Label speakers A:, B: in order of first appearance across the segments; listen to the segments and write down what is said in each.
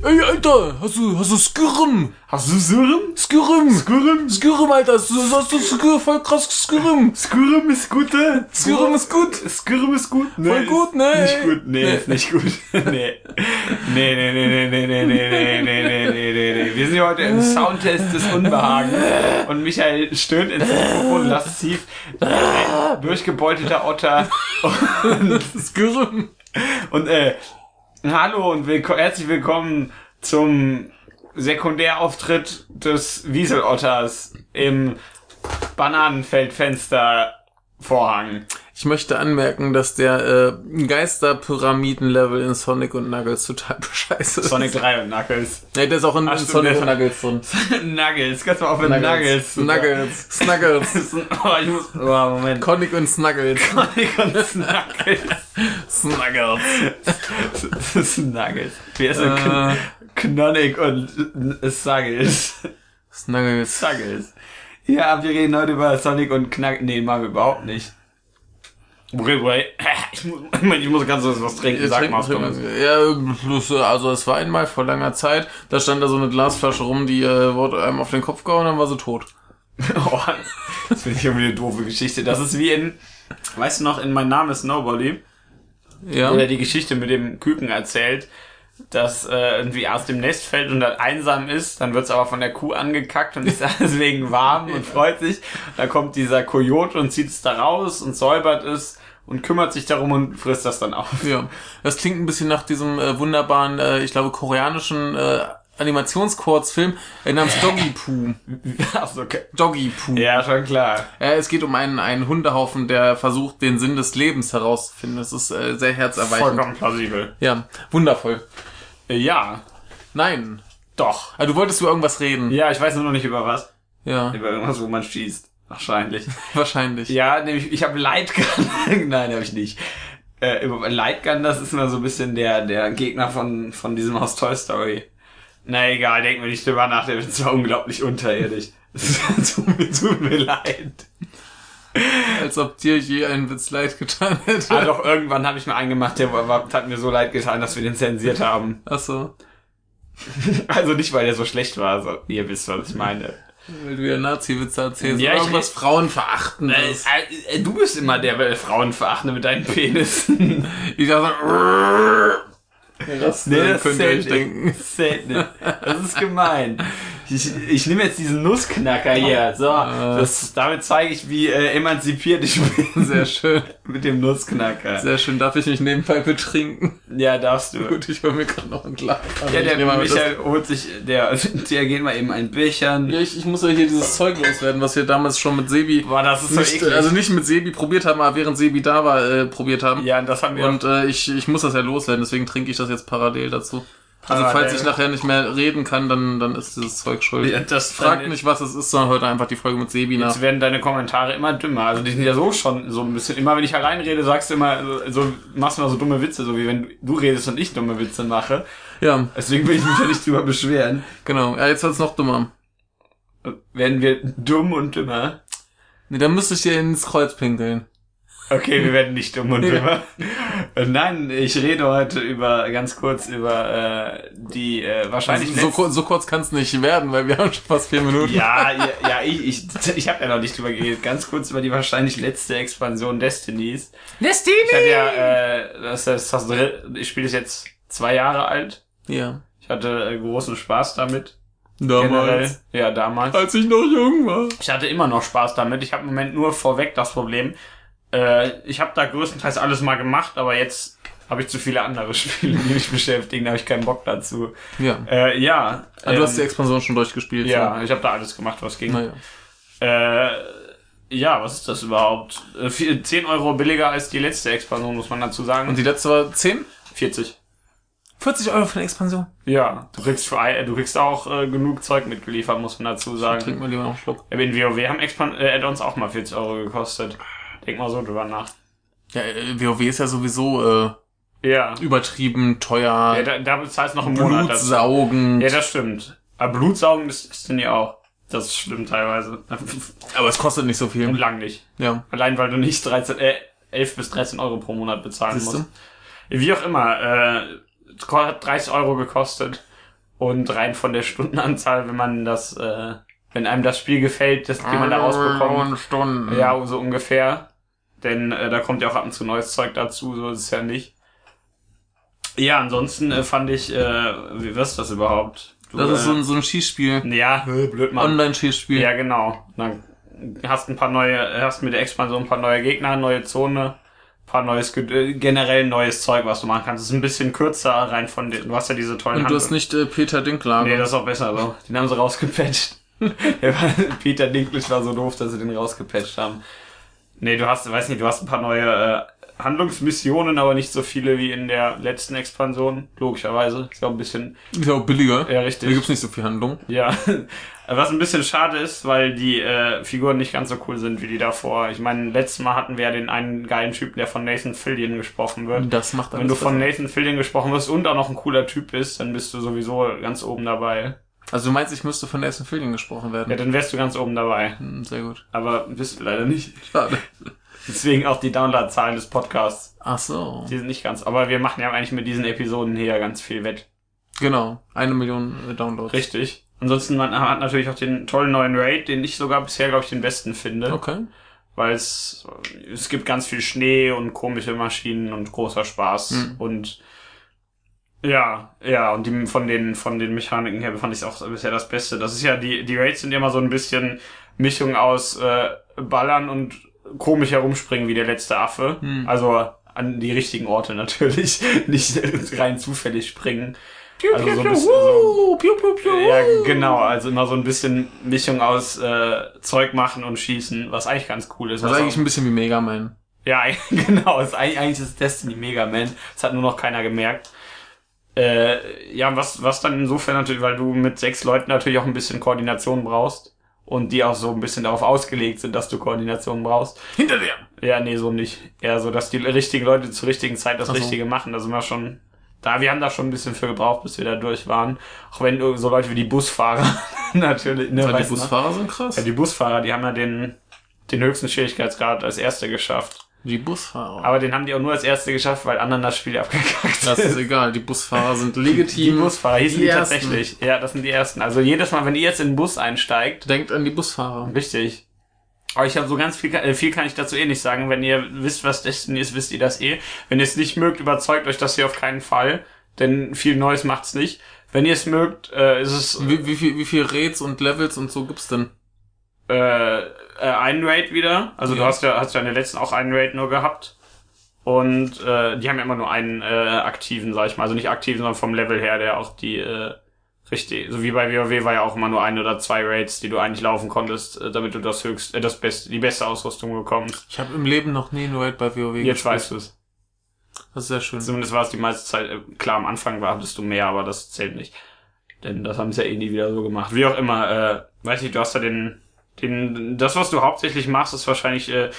A: Ey, Alter, hast du, hast du Skirrim?
B: Hast du Sürren?
A: Skirrim?
B: Skurrim?
A: Skirrim, Alter, hast du, hast du Skirrim, voll krass Skirrim.
B: Skurrim ist gut, ne?
A: Skirrim ist gut.
B: Skurrim ist gut, ne?
A: Voll gut, ne?
B: Nicht gut, nee,
A: Nee.
B: ist nicht gut. nee. Nee, nee, nee, nee, nee, nee, nee, nee, nee, nee, nee, nee. Wir sind heute im Soundtest des Unbehagens. Und Michael stöhnt ins Mikrofon lasziv. Ein Durchgebeutelter Otter. Und
A: Skirrim.
B: und äh, hallo und willko herzlich willkommen zum Sekundärauftritt des Wieselotters im Bananenfeldfenstervorhang.
A: Ich möchte anmerken, dass der äh, Geisterpyramiden-Level in Sonic und Knuckles total bescheiße ist.
B: Sonic 3 und Knuckles.
A: Ja, der ist auch in, in
B: stimmt,
A: Sonic
B: der-
A: und Knuckles drin.
B: Knuckles, kannst du mal auf mit Knuckles.
A: Knuckles. Snuggles.
B: Das ist ein- Oh, ich muss, oh, Moment.
A: Sonic und Snuggles.
B: Sonic und Knuckles.
A: Snuggles.
B: Das ist ein Knuckles. Wer ist
A: Äh,
B: ein Knonik und Snuggles?
A: Snuggles.
B: Knuckles. Ja, wir reden heute über Sonic und Knack. Nee, machen wir überhaupt nicht. Okay, wait. Ich muss, Moment, ich muss ganz kurz was trinken.
A: Ja,
B: Sag
A: trinken,
B: mal, was
A: trinken.
B: kommt.
A: Ja, bloß, äh, also es war einmal vor langer Zeit, da stand da so eine Glasflasche rum, die äh, wurde einem auf den Kopf gehauen und dann war sie tot.
B: Oh, das finde ich irgendwie eine doofe Geschichte. Das ist wie in, weißt du noch, in Mein Name ist Nobody,
A: Ja.
B: wo er die Geschichte mit dem Küken erzählt, dass äh, irgendwie aus dem Nest fällt und dann einsam ist. Dann wird es aber von der Kuh angekackt und ist deswegen warm und freut sich. Da kommt dieser Kojote und zieht es da raus und säubert es und kümmert sich darum und frisst das dann auf.
A: ja. Das klingt ein bisschen nach diesem äh, wunderbaren, äh, ich glaube, koreanischen äh, Animationskurzfilm äh, namens Doggy Poo.
B: Achso, okay.
A: Doggy Poo.
B: Ja, schon klar.
A: Äh, es geht um einen, einen Hundehaufen, der versucht, den Sinn des Lebens herauszufinden. Das ist äh, sehr herzerweichend.
B: Vollkommen plausibel.
A: Ja, wundervoll.
B: Ja,
A: Nein.
B: doch.
A: Ah, du wolltest über irgendwas reden.
B: Ja, ich weiß nur noch nicht über was.
A: Ja,
B: Über irgendwas, wo man schießt. Wahrscheinlich.
A: wahrscheinlich.
B: Ja, nämlich, ich habe Lightgun. Nein, habe ich nicht. Äh, über- Lightgun, das ist immer so ein bisschen der, der Gegner von, von diesem aus Toy Story. Na egal, denken wir nicht drüber nach, der ist zwar unglaublich unterirdisch. tut, mir, tut mir leid.
A: Als ob dir je einen Witz leid getan hätte.
B: Ah, doch, irgendwann habe ich mir einen gemacht, der war- war- hat mir so leid getan, dass wir den zensiert haben.
A: Ach so,
B: Also nicht, weil der so schlecht war, so, ihr wisst, was ich meine.
A: weil du wieder Nazi-Witze erzählst.
B: Ja,
A: oder
B: ich-
A: irgendwas Frauenverachtendes.
B: Äh, äh, Du bist immer der äh, Frauenverachtende mit deinen Penissen.
A: Ich dachte, so, das,
B: Nee,
A: das
B: das
A: könnt ihr
B: zählt
A: euch
B: nicht.
A: denken.
B: Das zählt nicht. Das ist gemein. Ich, ich nehme jetzt diesen Nussknacker hier. So, das, damit zeige ich, wie äh, emanzipiert ich bin
A: Sehr schön,
B: mit dem Nussknacker.
A: sehr schön. Darf ich mich nebenbei betrinken?
B: Ja, darfst du.
A: Gut, ich hol mir gerade noch ein Glas. Also
B: Ja,
A: ich
B: der
A: nehme mal mit, das-
B: Michael holt sich, der, der geht mal eben ein Bierchen.
A: Ja, ich, ich muss ja hier dieses Zeug loswerden, was wir damals schon mit Sebi,
B: Boah, das ist so
A: nicht,
B: eklig.
A: also nicht mit Sebi probiert haben, aber während Sebi da war, äh, probiert haben.
B: ja, das haben wir
A: Und äh, ich, ich muss das ja loswerden, deswegen trinke ich das jetzt parallel dazu. Also
B: Parallel.
A: falls ich nachher nicht mehr reden kann, dann, dann ist dieses Zeug schuld.
B: Ja, das
A: Fragt
B: dann-
A: nicht, was es ist, sondern heute einfach die Folge mit Sebi nach.
B: Jetzt werden deine Kommentare immer dümmer. Also die sind ja so schon so ein bisschen. Immer wenn ich allein rede, sagst du immer, so- so, machst du immer so dumme Witze, so wie wenn du- du redest und ich dumme Witze mache.
A: Ja,
B: Deswegen will ich mich ja nicht drüber beschweren.
A: genau. Ja, jetzt wird's noch dummer.
B: Werden wir dumm und dümmer.
A: Nee, dann müsste ich dir ins Kreuz pinkeln.
B: Okay, wir werden nicht dumm und
A: Ja.
B: dümmer. Äh, Nein, ich rede heute über ganz kurz über äh, die äh, wahrscheinlich
A: Also so,
B: letz-
A: kur- so kurz kann's nicht werden, weil wir haben schon fast vier Minuten.
B: ja, ja, ja, ich, ich, ich habe ja noch nicht drüber geredet. Ganz kurz über die wahrscheinlich letzte Expansion Destinies. Ich hatte
A: Destiny!
B: ja, äh, das, das, das, dr- ich spiele es jetzt zwei Jahre alt.
A: Ja.
B: Ich hatte äh, großen Spaß damit. Generell.
A: Damals,
B: Ja, damals.
A: als ich noch jung war.
B: Ich hatte immer noch Spaß damit. Ich habe im Moment nur vorweg das Problem. Äh, ich habe da größtenteils alles mal gemacht, aber jetzt habe ich zu viele andere Spiele, die mich beschäftigen. Da habe ich keinen Bock dazu.
A: Ja.
B: Äh, ja.
A: Ah, du hast die
B: ähm,
A: Expansion schon durchgespielt.
B: ja, ich habe da alles gemacht, was ging.
A: Naja.
B: Äh, ja, was ist das überhaupt? Äh, vier- 10 Euro billiger als die letzte Expansion, muss man dazu sagen.
A: Und die letzte war 10?
B: 40.
A: 40 Euro für eine Expansion.
B: Ja, du kriegst, für, ein- du kriegst auch äh, genug Zeug mitgeliefert, muss man dazu sagen.
A: Trink mal lieber noch einen Schluck.
B: Aber In WoW haben Expan äh, Add-ons auch mal 40 Euro gekostet. Denk mal so drüber nach.
A: Ja, äh, WoW ist ja sowieso
B: Ja.
A: äh, übertrieben teuer.
B: ja da, da bezahlst du noch einen Monat dazu.
A: Blutsaugen.
B: Ja, das stimmt. Aber Blutsaugen ist, ist denn ja auch. Das stimmt teilweise.
A: Aber es kostet nicht so
B: Und
A: viel.
B: lang nicht.
A: Ja.
B: Allein weil du nicht 13, äh, 11 bis 13 Euro pro Monat bezahlen
A: Siehst du?
B: musst. Wie auch immer, äh, es ko- hat 30 Euro gekostet. Und rein von der Stundenanzahl, wenn man das, äh, wenn einem das Spiel gefällt, das, die man da rausbekommt.
A: Stunden. Ja.
B: Ja, so ungefähr. Denn äh, da kommt ja auch ab und zu neues Zeug dazu, so ist es ja nicht. Ja, ansonsten äh, fand ich, äh, wie wirst das überhaupt? Du,
A: Das ist so
B: äh,
A: ein, so ein Schießspiel.
B: ja, blöd Mann.
A: Online-Schießspiel.
B: Ja, genau. Dann hast ein paar neue, hast mit der Expansion ein paar neue Gegner, neue Zone, paar neues, Ge- äh, generell neues Zeug, was du machen kannst. Ist ein bisschen kürzer rein von den, du hast ja diese tollen
A: Und du hast
B: Handlungen.
A: nicht äh, Peter Dinklage.
B: Nee, das ist auch besser, aber den haben sie rausgepatcht. Der war, Peter Dinklage war so doof, dass sie den rausgepatcht haben. Nee, du hast, weiß nicht, du hast ein paar neue äh, Handlungsmissionen, aber nicht so viele wie in der letzten Expansion, logischerweise. Ist ja auch ein bisschen,
A: ist ja auch billiger. Da
B: ja, richtig.
A: gibt's nicht so viel Handlung.
B: Ja, was ein bisschen schade ist, weil die äh, Figuren nicht ganz so cool sind wie die davor. Ich meine, letztes Mal hatten wir ja den einen geilen Typen, der von Nathan Fillion gesprochen wird.
A: Das macht
B: Wenn du
A: alles
B: von Nathan Fillion gesprochen wirst und auch noch ein cooler Typ bist, dann bist du sowieso ganz oben dabei.
A: besser. Also du meinst, ich müsste von Nathan Fillion gesprochen werden.
B: Ne- Ja, dann wärst du ganz oben dabei.
A: Hm, Sehr gut.
B: Aber bist du leider nicht.
A: Schade.
B: Deswegen auch die Downloadzahlen des Podcasts.
A: Ach so.
B: Die sind nicht ganz. Aber wir machen ja eigentlich mit diesen Episoden hier ganz viel wett.
A: Genau. Eine Million äh, Downloads.
B: Richtig. Ansonsten man hat natürlich auch den tollen neuen Raid, den ich sogar bisher, glaube ich, den besten finde.
A: Okay.
B: weil es, es gibt ganz viel Schnee und komische Maschinen und großer Spaß
A: Mhm.
B: und ja, ja, und die, von den, von den Mechaniken her fand ich auch bisher das Beste. Das ist ja, die, die Raids sind ja immer so ein bisschen Mischung aus äh, Ballern und komisch herumspringen wie der letzte Affe.
A: Mhm.
B: Also an die richtigen Orte natürlich, nicht rein zufällig springen. Also so ein bisschen so-
A: piu, piu, piu.
B: Ja, genau, also immer so ein bisschen Mischung aus äh, Zeug machen und schießen, was eigentlich ganz cool ist.
A: Das ist
B: was
A: eigentlich
B: auch-
A: ein bisschen wie Mega Man.
B: ja, genau. Es, ist eigentlich eigentlich ist Destiny Mega Man. Das hat nur noch keiner gemerkt. Äh, ja, was, was dann insofern natürlich, weil du mit sechs Leuten natürlich auch ein bisschen Koordination brauchst und die auch so ein bisschen darauf ausgelegt sind, dass du Koordination brauchst.
A: Hinter dir.
B: Ja, nee, so nicht. Eher so, dass die richtigen Leute zur richtigen Zeit das
A: Ach so.
B: Richtige machen. Da sind wir schon, da, wir haben da schon ein bisschen für gebraucht, bis wir da durch waren. Auch wenn nur so Leute wie die Busfahrer natürlich, ne,
A: Ja, die
B: weißt du, ne?
A: Busfahrer sind krass.
B: Ja, die Busfahrer, die haben ja den, den höchsten Schwierigkeitsgrad als Erste geschafft.
A: die Busfahrer.
B: Aber den haben die auch nur als Erste geschafft, weil anderen das Spiel abgekackt
A: das ist
B: ist.
A: egal. Die Busfahrer sind
B: Die
A: legitim.
B: Busfahrer hießen die,
A: Ersten.
B: tatsächlich. Ja, das sind die Ersten. Also jedes Mal, wenn ihr jetzt in den Bus einsteigt,
A: Denkt an die Busfahrer.
B: richtig. Aber ich habe so ganz viel, äh, viel kann ich dazu eh nicht sagen. Wenn ihr wisst, was Destiny ist, wisst ihr das eh. Wenn ihr es nicht mögt, überzeugt euch das hier auf keinen Fall. Denn viel Neues macht's nicht. Wenn ihr es mögt, äh, ist es
A: Wie, wie viel, wie viel Raids und Levels und so gibt's denn?
B: äh, äh, einen Raid wieder. Also du
A: Ja.
B: hast ja, hast ja in der letzten auch einen Raid nur gehabt. Und äh, die haben ja immer nur einen äh, aktiven, sag ich mal. Also nicht aktiven, sondern vom Level her, der auch die äh, richtig. So wie bei WoW war ja auch immer nur ein oder zwei Raids, die du eigentlich laufen konntest, äh, damit du das höchst, äh, das beste, die beste Ausrüstung bekommst.
A: Ich habe im Leben noch nie einen Raid bei WoW
B: Jetzt
A: gespielt.
B: weißt du es.
A: Das ist sehr schön.
B: Zumindest war es die meiste Zeit, äh, klar, am Anfang war, hattest du mehr, aber das zählt nicht. Denn das haben sie ja eh nie wieder so gemacht. Wie auch immer, äh, weiß nicht, du hast ja den, den, das, was du hauptsächlich machst, ist wahrscheinlich äh,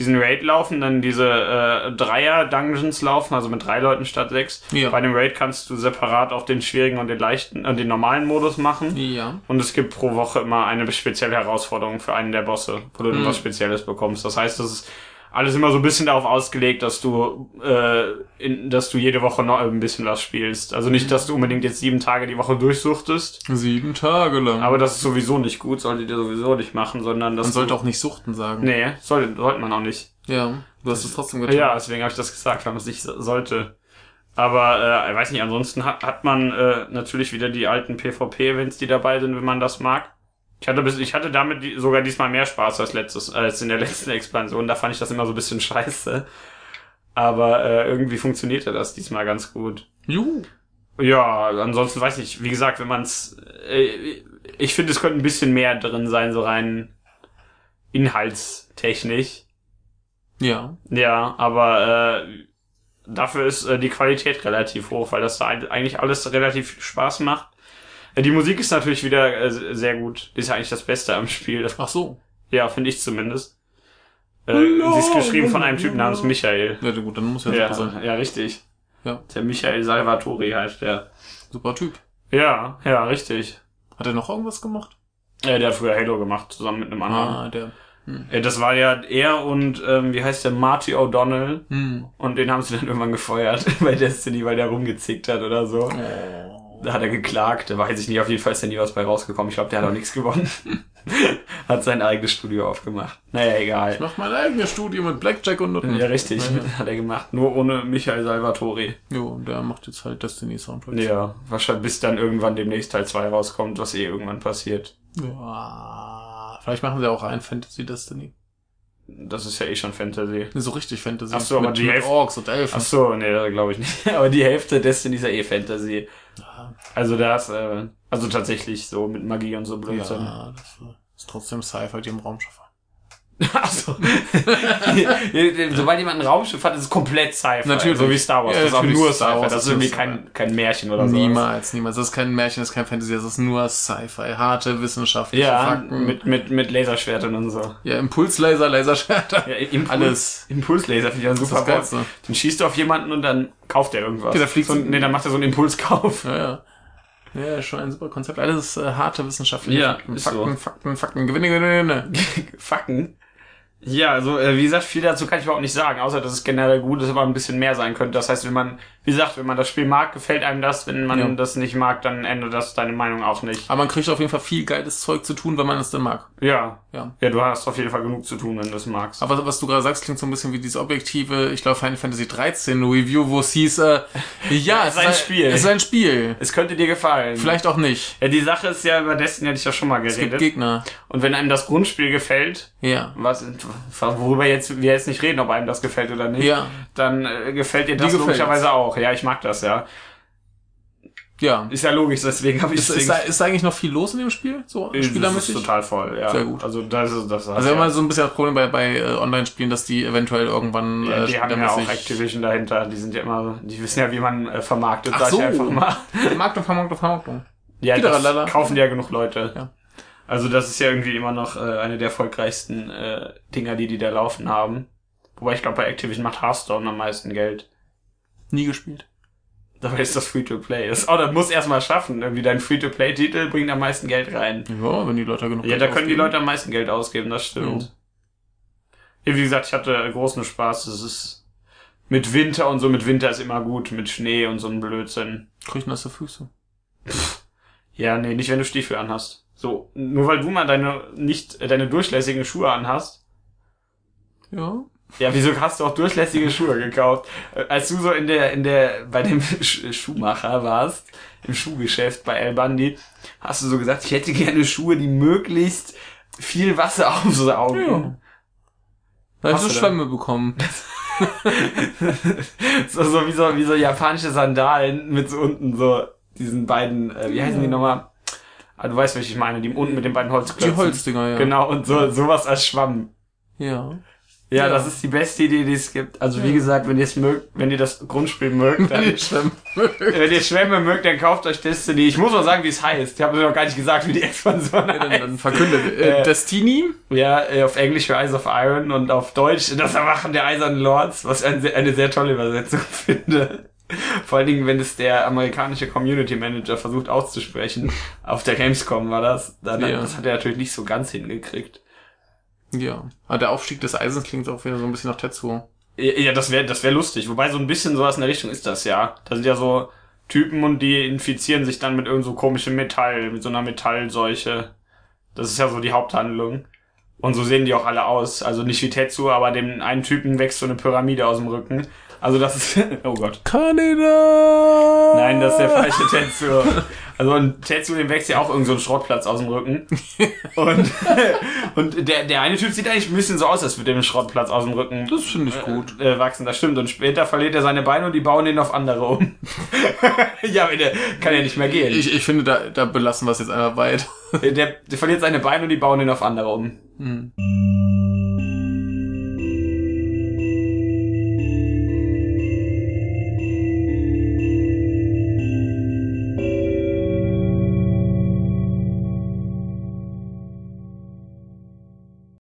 B: diesen Raid laufen, dann diese äh, Dreier-Dungeons laufen, also mit drei Leuten statt sechs.
A: Ja.
B: Bei dem Raid kannst du separat auf den schwierigen und den leichten, äh, den normalen Modus machen.
A: Ja.
B: Und es gibt pro Woche immer eine spezielle Herausforderung für einen der Bosse, wo du
A: Mhm.
B: dann was Spezielles bekommst. Das heißt, das ist alles immer so ein bisschen darauf ausgelegt, dass du, äh, in, dass du jede Woche noch ein bisschen was spielst. Also nicht, dass du unbedingt jetzt sieben Tage die Woche durchsuchtest,
A: Sieben Tage lang.
B: aber das ist sowieso nicht gut, solltet ihr sowieso nicht machen, sondern
A: Hm.
B: das.
A: Man sollte auch nicht Suchten sagen.
B: Nee, sollte, sollte man auch nicht.
A: Ja. Du hast es trotzdem getan.
B: Ja, deswegen habe ich das gesagt, weil man es nicht so- sollte. Aber äh, ich weiß nicht, ansonsten hat, hat man äh, natürlich wieder die alten PvP-Events, die dabei sind, wenn man das mag. Ich hatte, bis, ich hatte damit die, sogar diesmal mehr Spaß als, letztes, als in der letzten Expansion. Da fand ich das immer so ein bisschen scheiße. Aber äh, irgendwie funktionierte das diesmal ganz gut.
A: Juhu.
B: Ja, ansonsten weiß ich, wie gesagt, wenn man es. Äh, ich finde, es könnte ein bisschen mehr drin sein, so rein inhaltstechnisch.
A: Ja.
B: Ja, aber äh, dafür ist äh, die Qualität relativ hoch, weil das da ein- eigentlich alles relativ Spaß macht. Äh, die Musik ist natürlich wieder äh, sehr gut. Die ist ja eigentlich das Beste am Spiel. Das,
A: Ach so.
B: ja, finde ich zumindest. Äh,
A: Hallo,
B: sie ist geschrieben von einem
A: hallo.
B: Typen namens Michael.
A: Ja, gut, dann muss ja, super sein.
B: Ja, ja, richtig.
A: Ja.
B: Der Michael Salvatori heißt der.
A: Super Typ.
B: Ja, ja, richtig.
A: Hat er noch irgendwas gemacht?
B: Äh, der hat früher Halo gemacht, zusammen mit einem anderen.
A: Ah, der.
B: Äh, das war ja er und, ähm, wie heißt der, Marty O'Donnell.
A: Hm.
B: Und den haben sie dann irgendwann gefeuert bei Destiny, weil der rumgezickt hat oder so.
A: Oh.
B: Da hat er geklagt, da weiß ich nicht, auf jeden Fall ist da nie was bei rausgekommen. Ich glaube, der hat auch nichts gewonnen. hat sein eigenes Studio aufgemacht. Naja, egal.
A: Mach mein eigenes Studio mit Blackjack und Nutten.
B: Ja, richtig,
A: Ja, ja.
B: hat er gemacht. Nur ohne Michael Salvatore.
A: Jo, und der macht jetzt halt Destiny Soundtracks.
B: Ja, wahrscheinlich bis dann irgendwann demnächst Teil 2 rauskommt, was eh irgendwann passiert.
A: Ja. Vielleicht machen sie auch ein Fantasy Destiny.
B: Das ist ja eh schon Fantasy.
A: Nee, so richtig Fantasy.
B: Ach so, aber
A: mit,
B: die
A: mit
B: Hälfte-
A: Orks und Elfen.
B: Ach so, nee, glaube ich nicht. Aber die Hälfte Destiny ist ja eh Fantasy.
A: Ja.
B: Also das, äh, also tatsächlich so mit Magie und so Blödsinn.
A: Ja, das ist trotzdem Sci-Fi, die im Also Raumschiff waren.
B: Achso. Sobald jemand ein Raumschiff hat, ist es komplett Sci-Fi.
A: Natürlich.
B: So wie Star Wars.
A: Ja,
B: das ist auch
A: natürlich
B: nur
A: ist Star
B: Sci-Fi.
A: Wars,
B: Das ist irgendwie
A: das ist
B: kein, kein Märchen oder so.
A: Niemals, niemals. Das ist kein Märchen, das ist kein Fantasy, das ist nur Sci-Fi. Harte wissenschaftliche
B: Ja,
A: Fakten.
B: mit, mit, mit Laserschwertern und so.
A: ja, Impulslaser, Laserschwerter.
B: Ja, Impuls,
A: Alles.
B: Impulslaser finde ich auch ein
A: Das ist das
B: super Wort.
A: Geilste.
B: Dann schießt du auf jemanden und dann kauft er irgendwas.
A: Ja, da fliegt
B: so, ein- nee, dann macht er so einen Impulskauf.
A: Ja, ja. Ja, schon ein super Konzept. Alles äh, harte wissenschaftliche
B: Ja,
A: Fakten.
B: ist so.
A: Fakten, Fakten, Fakten. Gewinne, gewinne, gewinne.
B: Fucken. Ja, also äh, wie gesagt, viel dazu kann ich überhaupt nicht sagen, außer dass es generell gut ist, aber ein bisschen mehr sein könnte. Das heißt, wenn man, wie gesagt, wenn man das Spiel mag, gefällt einem das. Wenn man
A: Ja.
B: das nicht mag, dann ändert das deine Meinung auch nicht.
A: Aber man kriegt auf jeden Fall viel geiles Zeug zu tun, wenn man es denn mag.
B: Ja.
A: Ja.
B: Ja, du hast auf jeden Fall genug zu tun, wenn du es magst.
A: Aber was du gerade sagst, klingt so ein bisschen wie dieses objektive, ich glaube, Final Fantasy 13 Review, wo es hieß, äh, ja, es
B: ist ein Spiel.
A: Es ist ein Spiel.
B: Es könnte dir gefallen.
A: Vielleicht auch nicht.
B: Ja, die Sache ist ja, über Destiny hatte ich ja schon mal
A: Es gibt
B: geredet.
A: Gegner.
B: Und wenn einem das Grundspiel gefällt,
A: Ja.
B: was, worüber jetzt, wir jetzt nicht reden, ob einem das gefällt oder nicht,
A: Ja.
B: dann äh, gefällt dir das
A: gefällt's.
B: logischerweise auch. Ja, ich mag das, ja.
A: Ja.
B: Ist ja logisch, deswegen habe ich
A: Ist,
B: es
A: ist, da- ist da eigentlich noch viel los in dem Spiel? So
B: Das ist
A: spielermäßig?
B: total voll, ja.
A: Sehr gut.
B: Also das ist das.
A: Also
B: ja,
A: immer so ein bisschen das Problem bei, bei äh, Online-Spielen, dass die eventuell irgendwann
B: ja,
A: äh,
B: die haben ja auch
A: spielermäßig-
B: Activision dahinter. Die sind ja immer, die wissen ja, wie man äh, vermarktet,
A: Ach
B: sag
A: so.
B: ich einfach mal.
A: Vermarktung, Vermarktung, Vermarktung.
B: Ja, das
A: Gitaralala.
B: kaufen ja genug Leute.
A: Ja.
B: Also das ist ja irgendwie immer noch äh, eine der erfolgreichsten äh, Dinger, die die da laufen haben. Wobei ich glaube, bei Activision macht Hearthstone am meisten Geld.
A: Nie gespielt.
B: Dabei ist das Free-to-Play. ist. Oh, das muss erstmal schaffen. Irgendwie dein Free-to-Play-Titel bringt am meisten Geld rein.
A: Ja, wenn die Leute genug
B: Ja, da können die
A: ausgeben.
B: Leute am meisten Geld ausgeben, das stimmt. Ja, wie gesagt, ich hatte großen Spaß. Es ist mit Winter und so, mit Winter ist immer gut, mit Schnee und so einem Blödsinn.
A: kriegen nasse Füße.
B: Ja, nee, nicht wenn du Stiefel anhast. So, nur weil du mal deine nicht äh, deine durchlässigen Schuhe anhast.
A: Ja.
B: Ja, wieso hast du auch durchlässige Schuhe gekauft? Äh, Als du so in der in der bei dem Sch- Schuhmacher warst, im Schuhgeschäft bei El Bandi, hast du so gesagt, ich hätte gerne Schuhe, die möglichst viel Wasser aufsaugen.
A: Ja. Da
B: Hast
A: hast du
B: du da?
A: Schwämme bekommen.
B: so, so wie so wie so japanische Sandalen mit so unten so diesen beiden äh, wie heißen die nochmal? Ah, du weißt, welche ich meine, die unten mit den beiden Holzklötzen.
A: Die Holzdinger, ja.
B: Genau und so sowas als Schwamm.
A: Ja.
B: Ja,
A: Ja.
B: das ist die beste Idee, die es gibt. Also wie
A: Ja.
B: gesagt, wenn ihr es mögt, wenn ihr das Grundspiel mögt, dann
A: Schwämme.
B: wenn ihr Schwämme mögt, dann kauft euch Destiny. Ich muss mal sagen, wie es heißt. Ich habe noch gar nicht gesagt, wie die Expansion
A: dann,
B: heißt.
A: dann verkündet. Äh,
B: Äh.
A: Destiny?
B: Ja, äh, auf Englisch für Eyes of Iron und auf Deutsch Das Erwachen der Eisernen Lords, was ich ein, sehr- eine sehr tolle Übersetzung finde. Vor allen Dingen, wenn es der amerikanische Community Manager versucht auszusprechen. Auf der Gamescom war das. Dann,
A: Ja.
B: Das hat er natürlich nicht so ganz hingekriegt.
A: Ja. Aber Ah, der Aufstieg des Eisens klingt auch wieder so ein bisschen nach Tetsuo.
B: Ja, ja, das wäre das wär lustig. Wobei so ein bisschen sowas in der Richtung ist das ja. Da sind ja so Typen und die infizieren sich dann mit irgend so komischem Metall, mit so einer Metallseuche. Das ist ja so die Haupthandlung. Und so sehen die auch alle aus. Also nicht wie Tetsu, aber dem einen Typen wächst so eine Pyramide aus dem Rücken. Also das ist... Oh Gott.
A: Kaneda!
B: Nein, das ist der falsche Tetsu. Also und Tetsu, dem wächst ja auch irgend so ein Schrottplatz aus dem Rücken. Und, und der, der eine Typ sieht eigentlich ein bisschen so aus, als würde dem ein Schrottplatz aus dem Rücken
A: Das finde ich gut.
B: äh, wachsen, das stimmt. Und später verliert er seine Beine und die bauen ihn auf andere um. ja, aber der kann ja nicht mehr gehen.
A: Ich, ich finde, da, da belassen wir es jetzt einfach weit.
B: Der, der verliert seine Beine und die bauen ihn auf andere um.
A: Hm.